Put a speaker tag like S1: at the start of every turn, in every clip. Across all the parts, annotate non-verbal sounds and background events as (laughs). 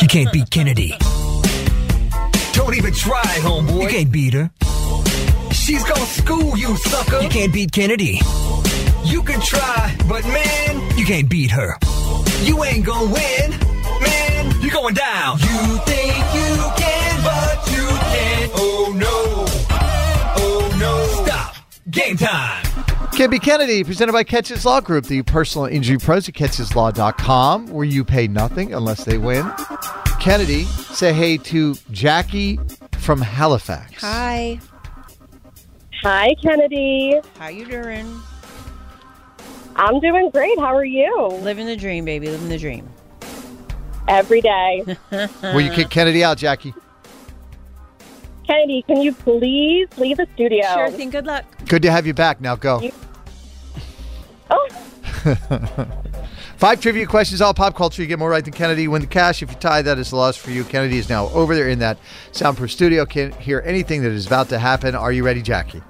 S1: You can't beat Kennedy.
S2: Don't even try,
S1: You
S2: homeboy.
S1: can't beat her.
S2: She's gonna school you, sucker.
S1: You can't beat Kennedy.
S2: You can try, but man,
S1: You can't beat her.
S2: you ain't gonna win. Man, you're going down. You think you can, but you can't. Oh no. Oh no. Stop. Game time.
S3: Can be Kennedy, presented by Catches Law Group, the personal injury pros at catcheslaw.com, where you pay nothing unless they win. Kennedy, say hey to Jackie from Halifax.
S4: Hi.
S5: Hi, Kennedy.
S4: How you doing?
S5: I'm doing great. How are you?
S4: Living the dream, baby. Living the dream. (laughs)
S5: Every day.
S3: Will you kick Kennedy out, Jackie?
S5: Kennedy, can you please leave the studio?
S4: Sure thing. Good luck.
S3: Good to have you back. Now go.
S5: Oh,
S3: Five trivia questions, all pop culture. You get more right than Kennedy. Win the cash. If you tie, that is a loss for you. Kennedy is now over there in that soundproof studio. Can't hear anything that is about to happen. Are you ready, Jackie?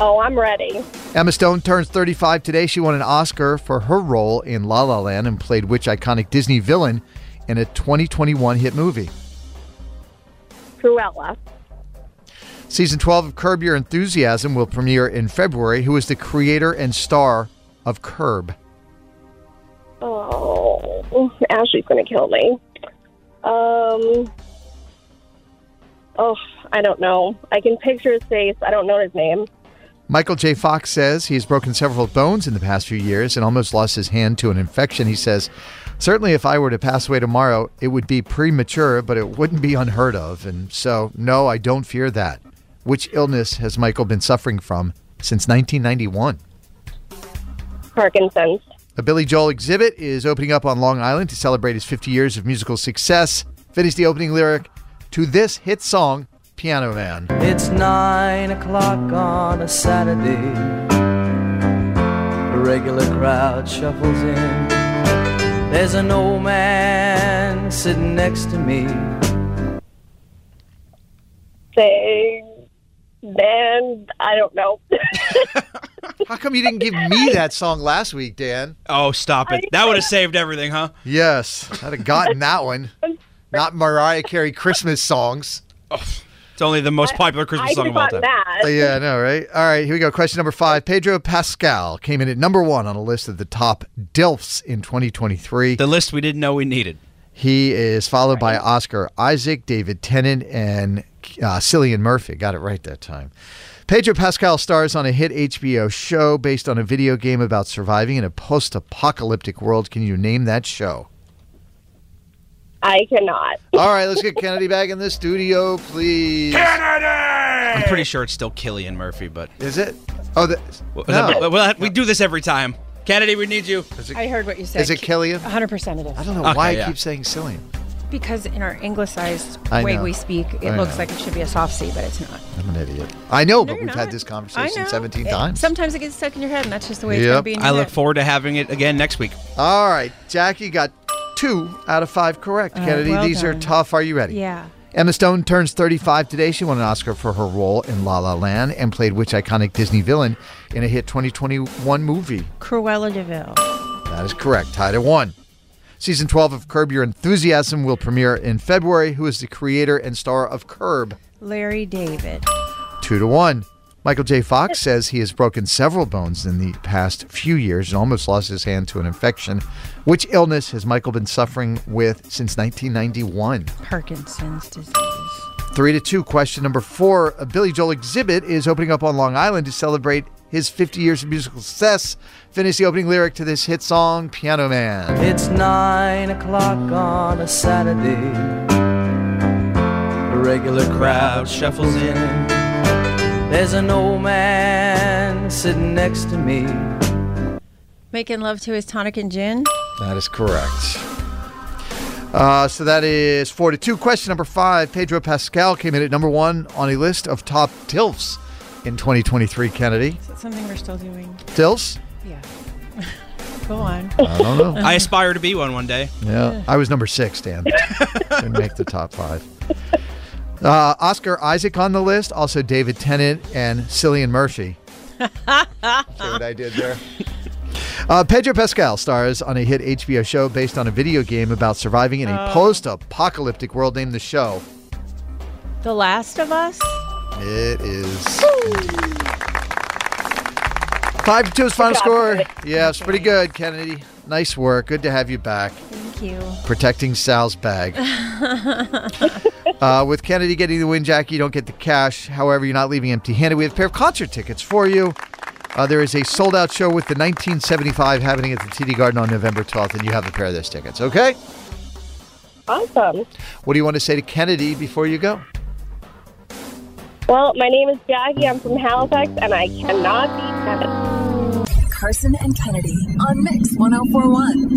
S5: oh, I'm ready.
S3: Emma Stone turns 35 today. She won an Oscar for her role in La La Land and played which iconic Disney villain in a 2021 hit movie?
S5: Cruella.
S3: Season 12 of Curb Your Enthusiasm will premiere in February. Who is the creator and star of Curb?
S5: Oh, Ashley's going to kill me. Um, oh, I don't know. I can picture his face. I don't know his name.
S3: Michael J. Fox says he has broken several bones in the past few years and almost lost his hand to an infection. He says, Certainly, if I were to pass away tomorrow, it would be premature, but it wouldn't be unheard of. And so, no, I don't fear that. Which illness has Michael been suffering from since 1991?
S5: Parkinson's.
S3: A Billy Joel exhibit is opening up on Long Island to celebrate his 50 years of musical success. Finish the opening lyric to this hit song, Piano Man.
S2: It's nine o'clock on a Saturday. The regular crowd shuffles in. There's an old man sitting next to me.
S5: Say, man, I don't know.
S3: How come you didn't give me that song last week, Dan?
S6: Oh, stop it. That would have saved everything, huh?
S3: Yes, I'd have gotten that one. Not Mariah Carey Christmas songs.
S6: It's only the most (laughs) popular Christmas
S5: I
S6: song
S5: could
S6: of all
S5: have
S6: time.
S5: gotten that.
S3: Uh, yeah, I know, right? All right, here we go. Question number five. Pedro Pascal came in at number one on a list of the top DILFs in 2023.
S6: The list we didn't know we needed.
S3: He is followed by Oscar Isaac, David Tennant, and uh, Cillian Murphy. Got it right that time. Pedro Pascal stars on a hit HBO show based on a video game about surviving in a post apocalyptic world. Can you name that show?
S5: I cannot.
S3: All right, let's get Kennedy back in the studio, please.
S6: I'm pretty sure it's still Killian Murphy, but
S3: Is it? Oh, the,
S6: Well,
S3: no.
S6: well, we do this every time. Kennedy, we need you.
S4: I heard what you said.
S3: Is it Killian?
S4: 100% it is.
S3: I don't know
S6: Okay,
S3: why I
S6: yeah.
S3: keep saying Cillian.
S4: Because in our anglicized
S3: I
S4: way
S3: know.
S4: we speak, it
S3: I
S4: looks
S3: know.
S4: like it should be a soft C, but it's not.
S3: I'm an idiot. I know, but
S4: you're
S3: we've
S4: not.
S3: had this
S4: I
S3: conversation
S4: know.
S3: 17
S4: It-
S3: times.
S4: Sometimes it gets stuck in your head, and that's just the way it's
S3: Yep.
S4: going to be in your
S6: I look
S4: head.
S6: forward to having it again next week.
S3: All right, Jackie got two out of five correct.
S4: Uh,
S3: Kennedy,
S4: well
S3: these are
S4: done.
S3: tough. Are you ready?
S4: Yeah.
S3: Emma Stone turns 35 today. She won an Oscar for her role in La La Land and played which iconic Disney villain in a hit 2021 movie?
S4: Cruella DeVille.
S3: That is correct. Tied at one. Season 12 of Curb Your Enthusiasm will premiere in February. Who is the creator and star of Curb?
S4: Larry David.
S3: Two to one. Michael J. Fox says he has broken several bones in the past few years and almost lost his hand to an infection. Which illness has Michael been suffering with since 1991?
S4: Parkinson's disease.
S3: Three to two. Question number four. A Billy Joel exhibit is opening up on Long Island to celebrate his 50 years of musical success. Finish the opening lyric to this hit song, Piano Man.
S7: It's nine o'clock on a Saturday. The regular crowd shuffles in. There's an old man sitting next to me.
S4: Making love to his tonic and gin.
S3: That is correct. Uh, so that is four to two. Question number five. Pedro Pascal came in at number one on a list of top tilfs in 2023. Kennedy
S4: Is it something we're still doing?
S3: tilfs.
S4: Yeah. (laughs) Go on.
S3: I
S4: (laughs)
S3: don't know.
S6: I aspire to be one one day.
S3: Yeah, I was number six, Dan. Didn't make the top five. Uh, Oscar Isaac on the list, also David Tennant and Cillian
S4: (laughs)
S3: Murphy. See what I did there? Uh, Pedro Pascal stars on a hit HBO show based on a video game about surviving in a
S4: Oh.
S3: post-apocalyptic world named The Show.
S4: The Last of Us?
S3: It is five to two is final score. Yeah, it's pretty good, Kennedy. Nice work. Good to have you back.
S4: Thank you.
S3: Protecting
S4: (laughs)
S3: Sal's bag. Uh, with Kennedy getting the win, Jackie, you don't get the cash. However, you're not leaving empty handed. We have a pair of concert tickets for you. Uh, there is a sold out show with the 1975 happening at the TD Garden on November 12th, and you have a pair of those tickets, okay?
S5: Awesome.
S3: What do you want to say to Kennedy before you go?
S5: Well, my name is Jackie. I'm from Halifax, and I cannot be Kennedy.
S8: Carson and Kennedy on Mix 1041.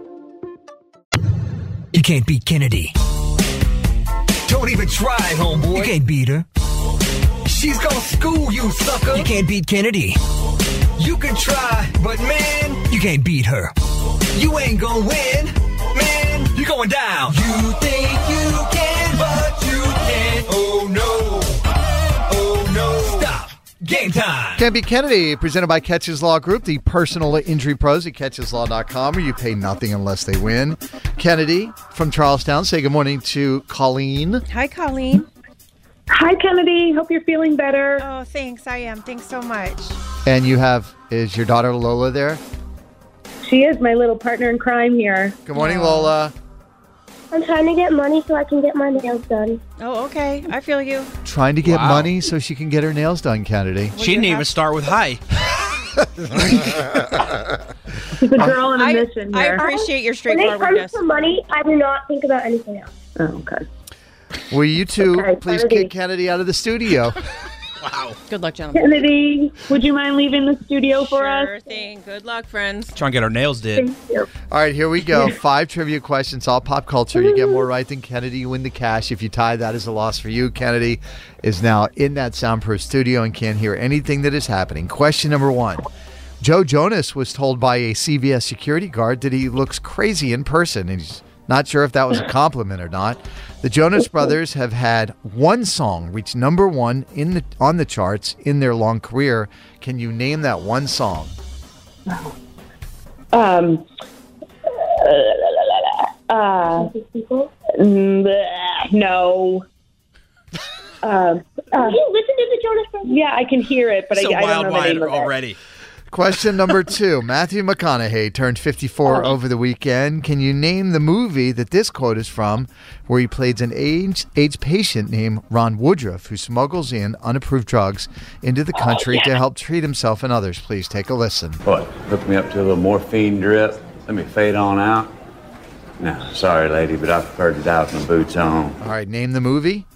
S1: You can't beat Kennedy.
S2: Don't even try, homeboy.
S1: You can't beat her.
S2: She's gonna school you, sucker.
S1: You can't beat Kennedy.
S2: You can try, but man,
S1: You can't beat her.
S2: you ain't gonna win. Man, you're going down. You think you can, but you can't. Oh no. Oh no. Stop. Game time.
S3: Can't be Kennedy, presented by Catches Law Group, the personal injury pros at catcheslaw.com, where you pay nothing unless they win. Kennedy from Charlestown, say good morning to Colleen.
S4: Hi, Colleen.
S5: Hi, Kennedy. Hope you're feeling better.
S4: Oh, thanks. I am. Thanks so much.
S3: And you have, is your daughter Lola there?
S5: She is my little partner in crime here.
S3: Good morning, Lola.
S5: I'm trying to get money so I can get my nails done.
S4: Oh, okay. I feel you.
S3: Trying to get
S6: Wow.
S3: money so she can get her nails done, Kennedy.
S6: she didn't even start with hi.
S5: She's a girl on a
S4: I,
S5: mission
S4: I
S5: here.
S4: appreciate your
S5: When it
S4: straightforwardness.
S5: comes to money, I do not think about anything else. Oh, okay.
S3: Will you two
S5: Okay,
S3: please
S5: Kennedy.
S3: kick Kennedy out of the studio?
S4: Good luck, gentlemen.
S5: Kennedy, would you mind leaving the studio for
S4: Sure
S5: us?
S4: thing. Good luck, friends.
S6: Trying to get our nails did.
S5: Thank you.
S3: all right, here we go. Five trivia questions, all pop culture. You get more right than Kennedy, you win the cash. If you tie, that is a loss for you. Kennedy is now in that soundproof studio and can't hear anything that is happening. Question number one Joe Jonas was told by a CVS security guard that he looks crazy in person, and he's not sure if that was a compliment or not. The Jonas Brothers have had one song reach number one in the on the charts in their long career. Can you name that one song?
S5: Um, uh, mm, bleh, no. Um, you listen to the Jonas Brothers? Yeah, I can hear it, but
S6: so
S5: I, I don't
S6: wild
S5: know the
S6: wide
S5: name of it.
S6: already.
S3: Question number two Matthew McConaughey turned 54 over the weekend. Can you name the movie that this quote is from, where he plays an age, age patient named Ron Woodruff who smuggles in unapproved drugs into the country to help treat himself and others? Please take a listen.
S9: What? Hook me up to a little morphine drip. Let me fade on out. No, sorry, lady, but I prefer to die with my boots on.
S3: All right, name the movie.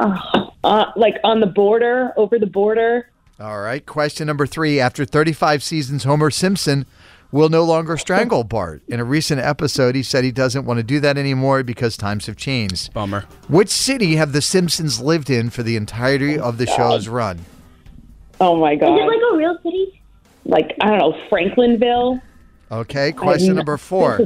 S5: Uh, like on the border, over the border.
S3: All right, question number three. After 35 seasons, Homer Simpson will no longer strangle Bart. In a recent episode, he said he doesn't want to do that anymore because times have changed.
S6: Bummer.
S3: Which city have the Simpsons lived in for the entirety of the show's run?
S5: Oh my
S10: Is
S5: god!
S10: it like a real city?
S5: Like I don't know, Franklinville. Uh,
S3: Okay, question number four.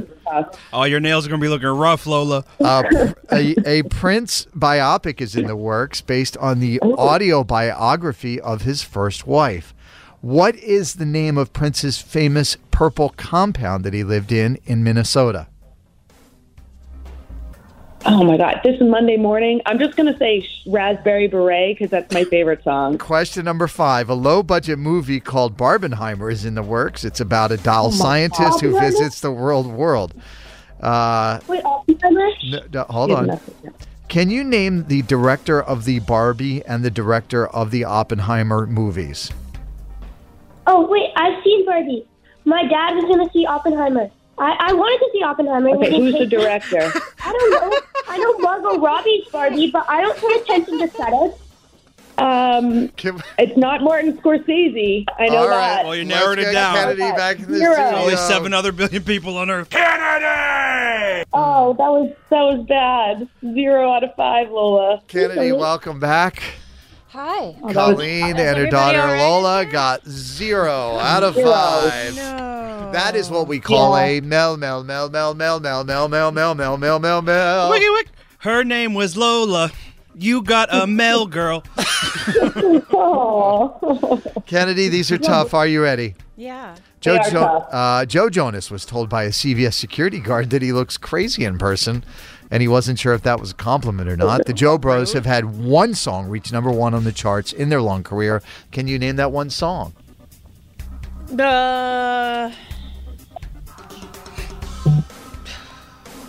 S6: Oh, your nails are going to be looking rough, Lola.
S3: Uh, a, a Prince biopic is in the works based on the
S10: Oh.
S3: audio biography of his first wife. What is the name of Prince's famous purple compound that he lived in in Minnesota?
S5: Oh my god! This Monday morning, I'm just gonna say Sh- Raspberry Beret because that's my favorite song.
S3: Question number five. A low budget movie called Barbenheimer is in the works. It's about a doll
S10: Oh my
S3: scientist
S10: God.
S3: who
S10: Barbenheimer?
S3: visits the world world. Uh,
S10: Wait, Oppenheimer?
S3: No, no, hold on. Can you name the director of the Barbie and the director of the Oppenheimer movies?
S10: Oh, wait, I've seen Barbie. My dad was going to see Oppenheimer. I, I wanted to see Oppenheimer. and we
S5: Okay,
S10: didn't
S5: who's the
S10: take-
S5: director?
S10: (laughs) I don't know. I know Margot Robbie's Barbie, but I don't pay attention to setups.
S5: Um, it's not Martin Scorsese. I know
S6: All right,
S5: that.
S6: well, you narrowed it down.
S5: Zero.
S6: There's only seven other billion people on Earth.
S5: Oh, that was that was bad. Zero out of five, Lola.
S3: Kennedy, welcome back.
S6: Oh,
S11: Hi.
S3: Colleen and her daughter Lola got zero out of
S11: Zero.
S3: five. That is what we call a mel mel mel mel mel mel mel mel mel mel mel mel mel.
S6: Wiggy wick. Her name was Lola. You got
S3: (laughs)
S6: a male girl.
S3: Kennedy, these are tough. Are you ready?
S11: Yeah.
S3: Joe, jo- uh, Joe Jonas was told by a CVS security guard that he looks crazy in person, and he wasn't sure if that was a compliment or not. The Joe Bros have had one song reach number one on the charts in their long career. Can you name that one song?
S11: The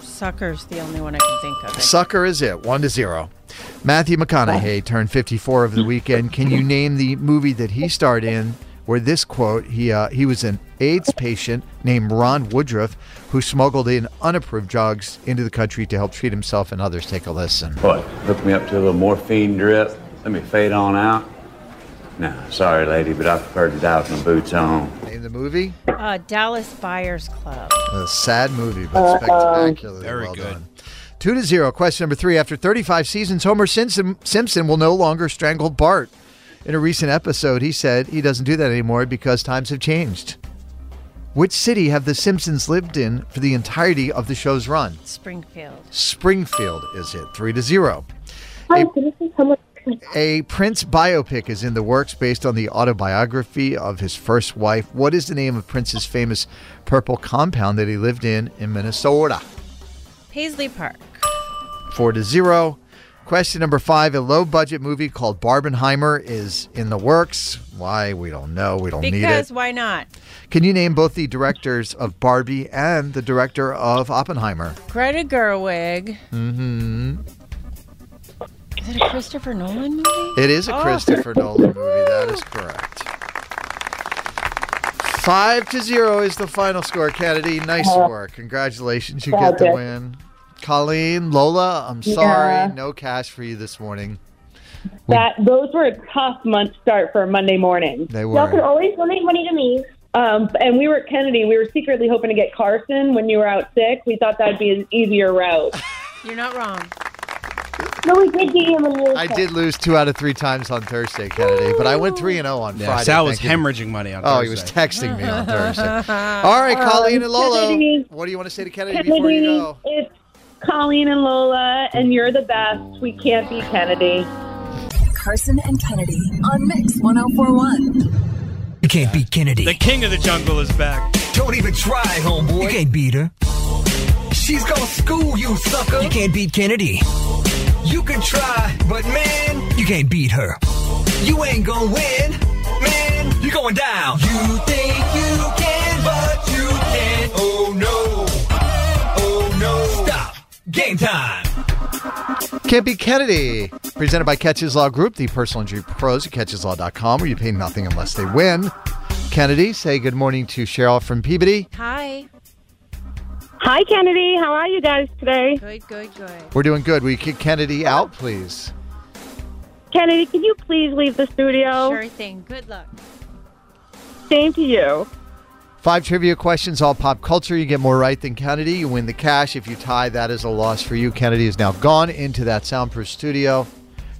S11: sucker's the only one I can think of.
S3: Sucker is it. One to zero. Matthew McConaughey turned 54 over the weekend. Can you name the movie that he starred in where this quote he uh, he was an AIDS patient named Ron Woodruff who smuggled in unapproved drugs into the country to help treat himself and others. Take a listen.
S9: What? Hook me up to a little morphine drip. Let me fade on out. No, sorry, lady, but I prefer to die with my boots on.
S3: Name the movie?
S11: Uh, Dallas Buyers Club.
S3: A sad movie, but spectacularly
S11: Very
S3: well done. Two to zero. Question number three. After 35 seasons, Homer Simpson, Simpson will no longer strangle Bart. In a recent episode, he said he doesn't do that anymore because times have changed. Which city have the Simpsons lived in for the entirety of the show's run?
S11: Springfield.
S3: Springfield is it. Three to zero.
S5: Oh,
S3: A, a Prince biopic is in the works based on the autobiography of his first wife. What is the name of Prince's famous purple compound that he lived in in Minnesota?
S11: Paisley Park.
S3: Four to zero. Question number five. A low budget movie called Barbenheimer is in the works. Why? We don't know. We don't need it.
S11: Because why not?
S3: Can you name both the directors of Barbie and the director of Oppenheimer?
S11: Greta Gerwig.
S3: Mm-hmm.
S11: Is it a Christopher Nolan movie?
S3: It is a
S11: Oh.
S3: Christopher Nolan movie. That is correct. Five to zero is the final score, Kennedy. Nice work. Congratulations. You get the
S12: Fabulous.
S3: win. Colleen, Lola, I'm sorry.
S5: Yeah.
S3: No cash for you this morning.
S5: That those were a tough month start for a Monday morning.
S3: They Y'all were. can
S5: always donate money to me. Um, and we were at Kennedy. We were secretly hoping to get Carson when you were out sick. We thought that'd be an easier route.
S11: (laughs) You're not wrong.
S10: No, we did get him a little.
S3: I did lose two out of three times on Thursday, Kennedy, but I went 3 and 0 on
S6: Yeah,
S3: Friday.
S6: Sal was
S3: Thank you.
S6: hemorrhaging money on
S3: Oh, he was texting me on Thursday. All right, Colleen and Lola. What do you want to say to Kennedy before you
S5: Kennedy,
S3: go?
S5: it's Colleen and Lola, and you're the best. We can't be Kennedy.
S13: Carson and Kennedy on Mix 1041.
S2: You can't beat Kennedy.
S6: The king of the jungle is
S3: (laughs)
S6: back.
S12: Don't even try, homeboy.
S2: You can't beat her.
S12: She's gonna school you, sucker.
S2: You can't beat Kennedy.
S12: You can try, but man,
S2: You can't beat her.
S12: you ain't gonna win, man.
S2: You're going down. You think you can, but you can't. Oh no. Oh no. Stop. Game time.
S3: Can't be Kennedy. Presented by Catches Law Group, the personal injury pros at catcheslaw.com, where you pay nothing unless they win. Kennedy, say good morning to Cheryl from Peabody.
S4: Hi.
S5: Hi, Kennedy. How are you guys today?
S4: Good, good, good.
S3: We're doing good. Will you kick Kennedy out, please?
S5: Kennedy, can you please leave the studio?
S4: Sure thing. Good luck.
S5: Same to you.
S3: Five trivia questions, all pop culture. You get more right than Kennedy. You win the cash. If you tie, that is a loss for you. Kennedy is now gone into that soundproof studio.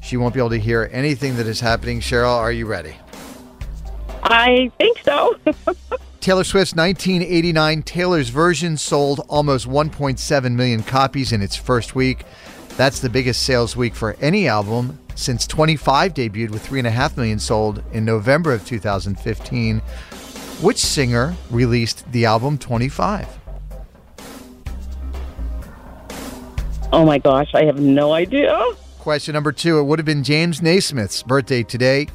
S3: She won't be able to hear anything that is happening. Cheryl, are you ready?
S5: I think so. (laughs)
S3: Taylor Swift's 1989 Taylor's version sold almost 1.7 million copies in its first week. That's the biggest sales week for any album since 25 debuted with 3.5 million sold in November of 2015. Which singer released the album 25?
S5: Oh my gosh, I have no idea.
S3: Question number two. It would have been James Naismith's birthday today.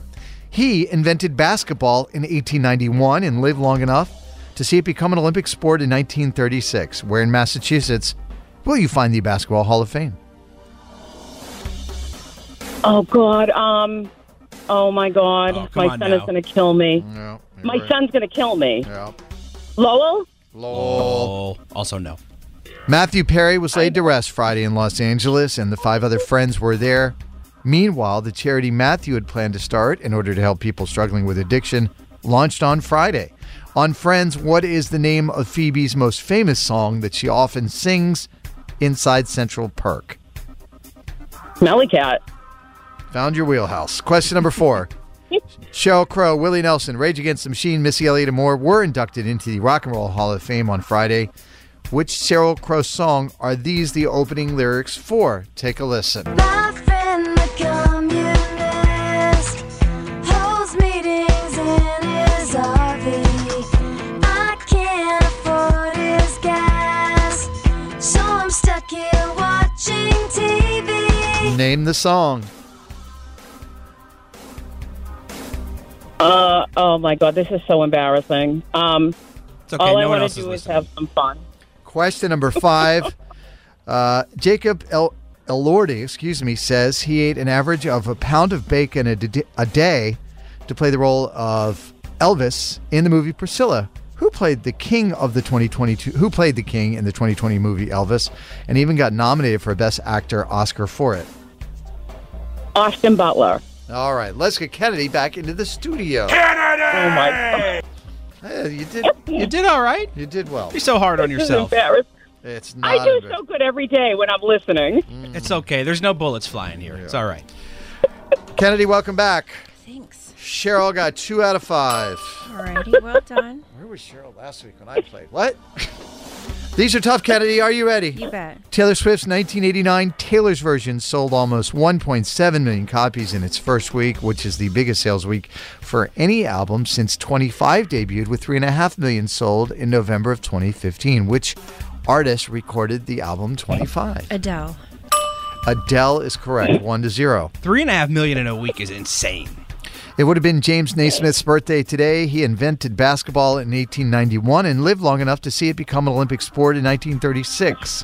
S3: He invented basketball in 1891 and lived long enough to see it become an Olympic sport in 1936. Where in Massachusetts will you find the Basketball Hall of Fame?
S5: Oh God. Um. Oh my God. my
S3: on
S5: son is
S3: now.
S5: going to kill me.
S3: you're
S5: my
S3: right.
S5: son's going to kill me. Lowell.
S6: Lol. Also, no.
S3: Matthew Perry was laid to rest Friday in Los Angeles, and the five other friends were there. Meanwhile, the charity Matthew had planned to start in order to help people struggling with addiction launched on Friday. On Friends, what is the name of Phoebe's most famous song that she often sings inside Central Park?
S5: Smelly Cat.
S3: Found your wheelhouse. Question number four. Sheryl Crow, Willie Nelson, Rage Against the Machine, Missy Elliott, and more were inducted into the Rock and Roll Hall of Fame on Friday. Which Sheryl Crow song are these the opening lyrics for? Take a listen.
S9: Life in the communist holds meetings in his RV. I can't afford his gas, so I'm stuck here watching TV.
S3: Name the song.
S5: Uh. Oh my God. This is so embarrassing. Um.
S3: It's okay,
S5: All I
S3: no one
S5: want
S3: else
S5: to
S3: is
S5: do is have some fun.
S3: Question number five. uh, Jacob El- Elordi, excuse me, says he ate an average of a pound of bacon a d- a day to play the role of Elvis in the movie Priscilla. Who played the king of the 2022? Who played the king in the 2020 movie Elvis, and even got nominated for Best Actor Oscar for it?
S5: Austin Butler.
S3: All right, let's get Kennedy back into the studio.
S5: Oh my.
S3: Hey, you did. You did all right. You did well.
S6: You're so hard on
S5: This
S3: (laughs)
S5: is
S6: yourself.
S5: embarrassing.
S3: It's
S5: I do so good every day when I'm listening.
S6: It's okay. There's no bullets flying here. It's all right.
S3: Kennedy, welcome back.
S4: Thanks.
S3: Cheryl got two out of five.
S4: Alrighty, well done.
S3: Where was Cheryl last week when I played? What? (laughs) These are tough, Kennedy. Are you ready?
S4: You bet.
S3: Taylor Swift's 1989 Taylor's version sold almost 1.7 million copies in its first week, which is the biggest sales week for any album since 25 debuted with 3.5 million sold in November of 2015. Which artist recorded the album 25?
S4: Adele.
S3: Adele is correct, 1 to 0.
S6: Three and a half million in a week is insane.
S3: (laughs) It would have been James Naismith's birthday today. He invented basketball in 1891 and lived long enough to see it become an Olympic sport in 1936.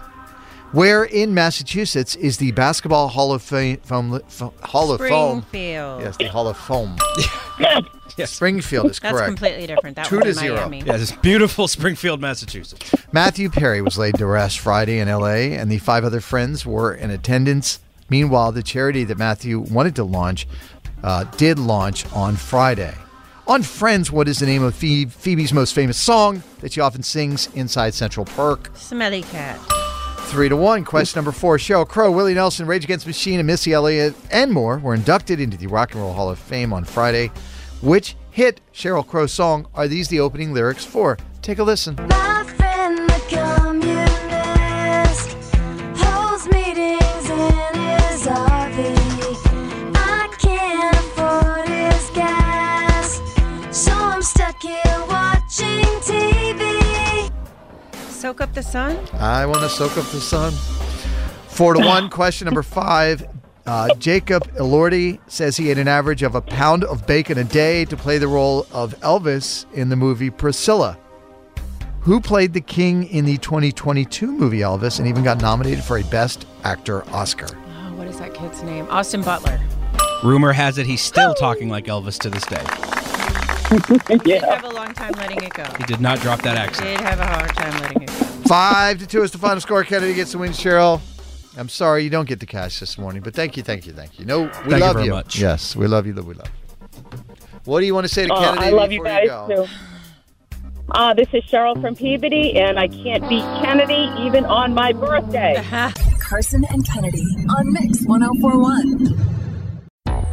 S3: Where in Massachusetts is the Basketball Hall of Fame? Foam, Fo- Hall of Fame.
S4: Springfield.
S3: Yes, the Hall of Foam. Springfield is
S4: That's
S3: correct.
S4: completely different. That
S3: Two
S4: was
S3: to
S4: in
S3: zero.
S4: Miami.
S6: Yeah, this beautiful Springfield, Massachusetts.
S3: Matthew Perry was laid to rest Friday in LA, and the five other friends were in attendance. Meanwhile, the charity that Matthew wanted to launch uh, did launch on Friday. On Friends, what is the name of Phoebe, Phoebe's most famous song that she often sings inside Central Park?
S4: Smelly cat.
S3: Three to one. Question number four. Cheryl Crow, Willie Nelson, Rage Against the Machine, and Missy Elliott, and more were inducted into the Rock and Roll Hall of Fame on Friday. Which hit Cheryl Crow song are these the opening lyrics for? Take a listen.
S9: Life in the communist holds meetings in his RV. I can't afford his gas, so I'm stuck here watching TV.
S4: Soak up the sun.
S3: I want to soak up the sun. Four to one. Question number five. Uh, Jacob Elordi says he ate an average of a pound of bacon a day to play the role of Elvis in the movie Priscilla. Who played the king in the 2022 movie Elvis and even got nominated for a Best Actor Oscar?
S4: Oh, what is that kid's name? Austin Butler.
S6: Rumor has it he's still talking like Elvis to this day.
S4: Did have a long time letting it go.
S6: He did not drop that accent.
S4: Did have a hard time letting it go.
S3: Five to two is the final score. Kennedy gets the win. Cheryl, I'm sorry you don't get the cash this morning, but thank you, thank you, thank you. No, we
S6: you
S3: love
S6: very
S3: you.
S6: much.
S3: Yes, we love you. We love. You. What do you want to say to
S14: Oh,
S3: Uh, Kennedy?
S14: I love you
S3: before
S14: guys
S3: go?
S14: too. Uh, this is Cheryl from Peabody, and I can't beat Kennedy even on my birthday.
S8: Carson and Kennedy on Mix 1041.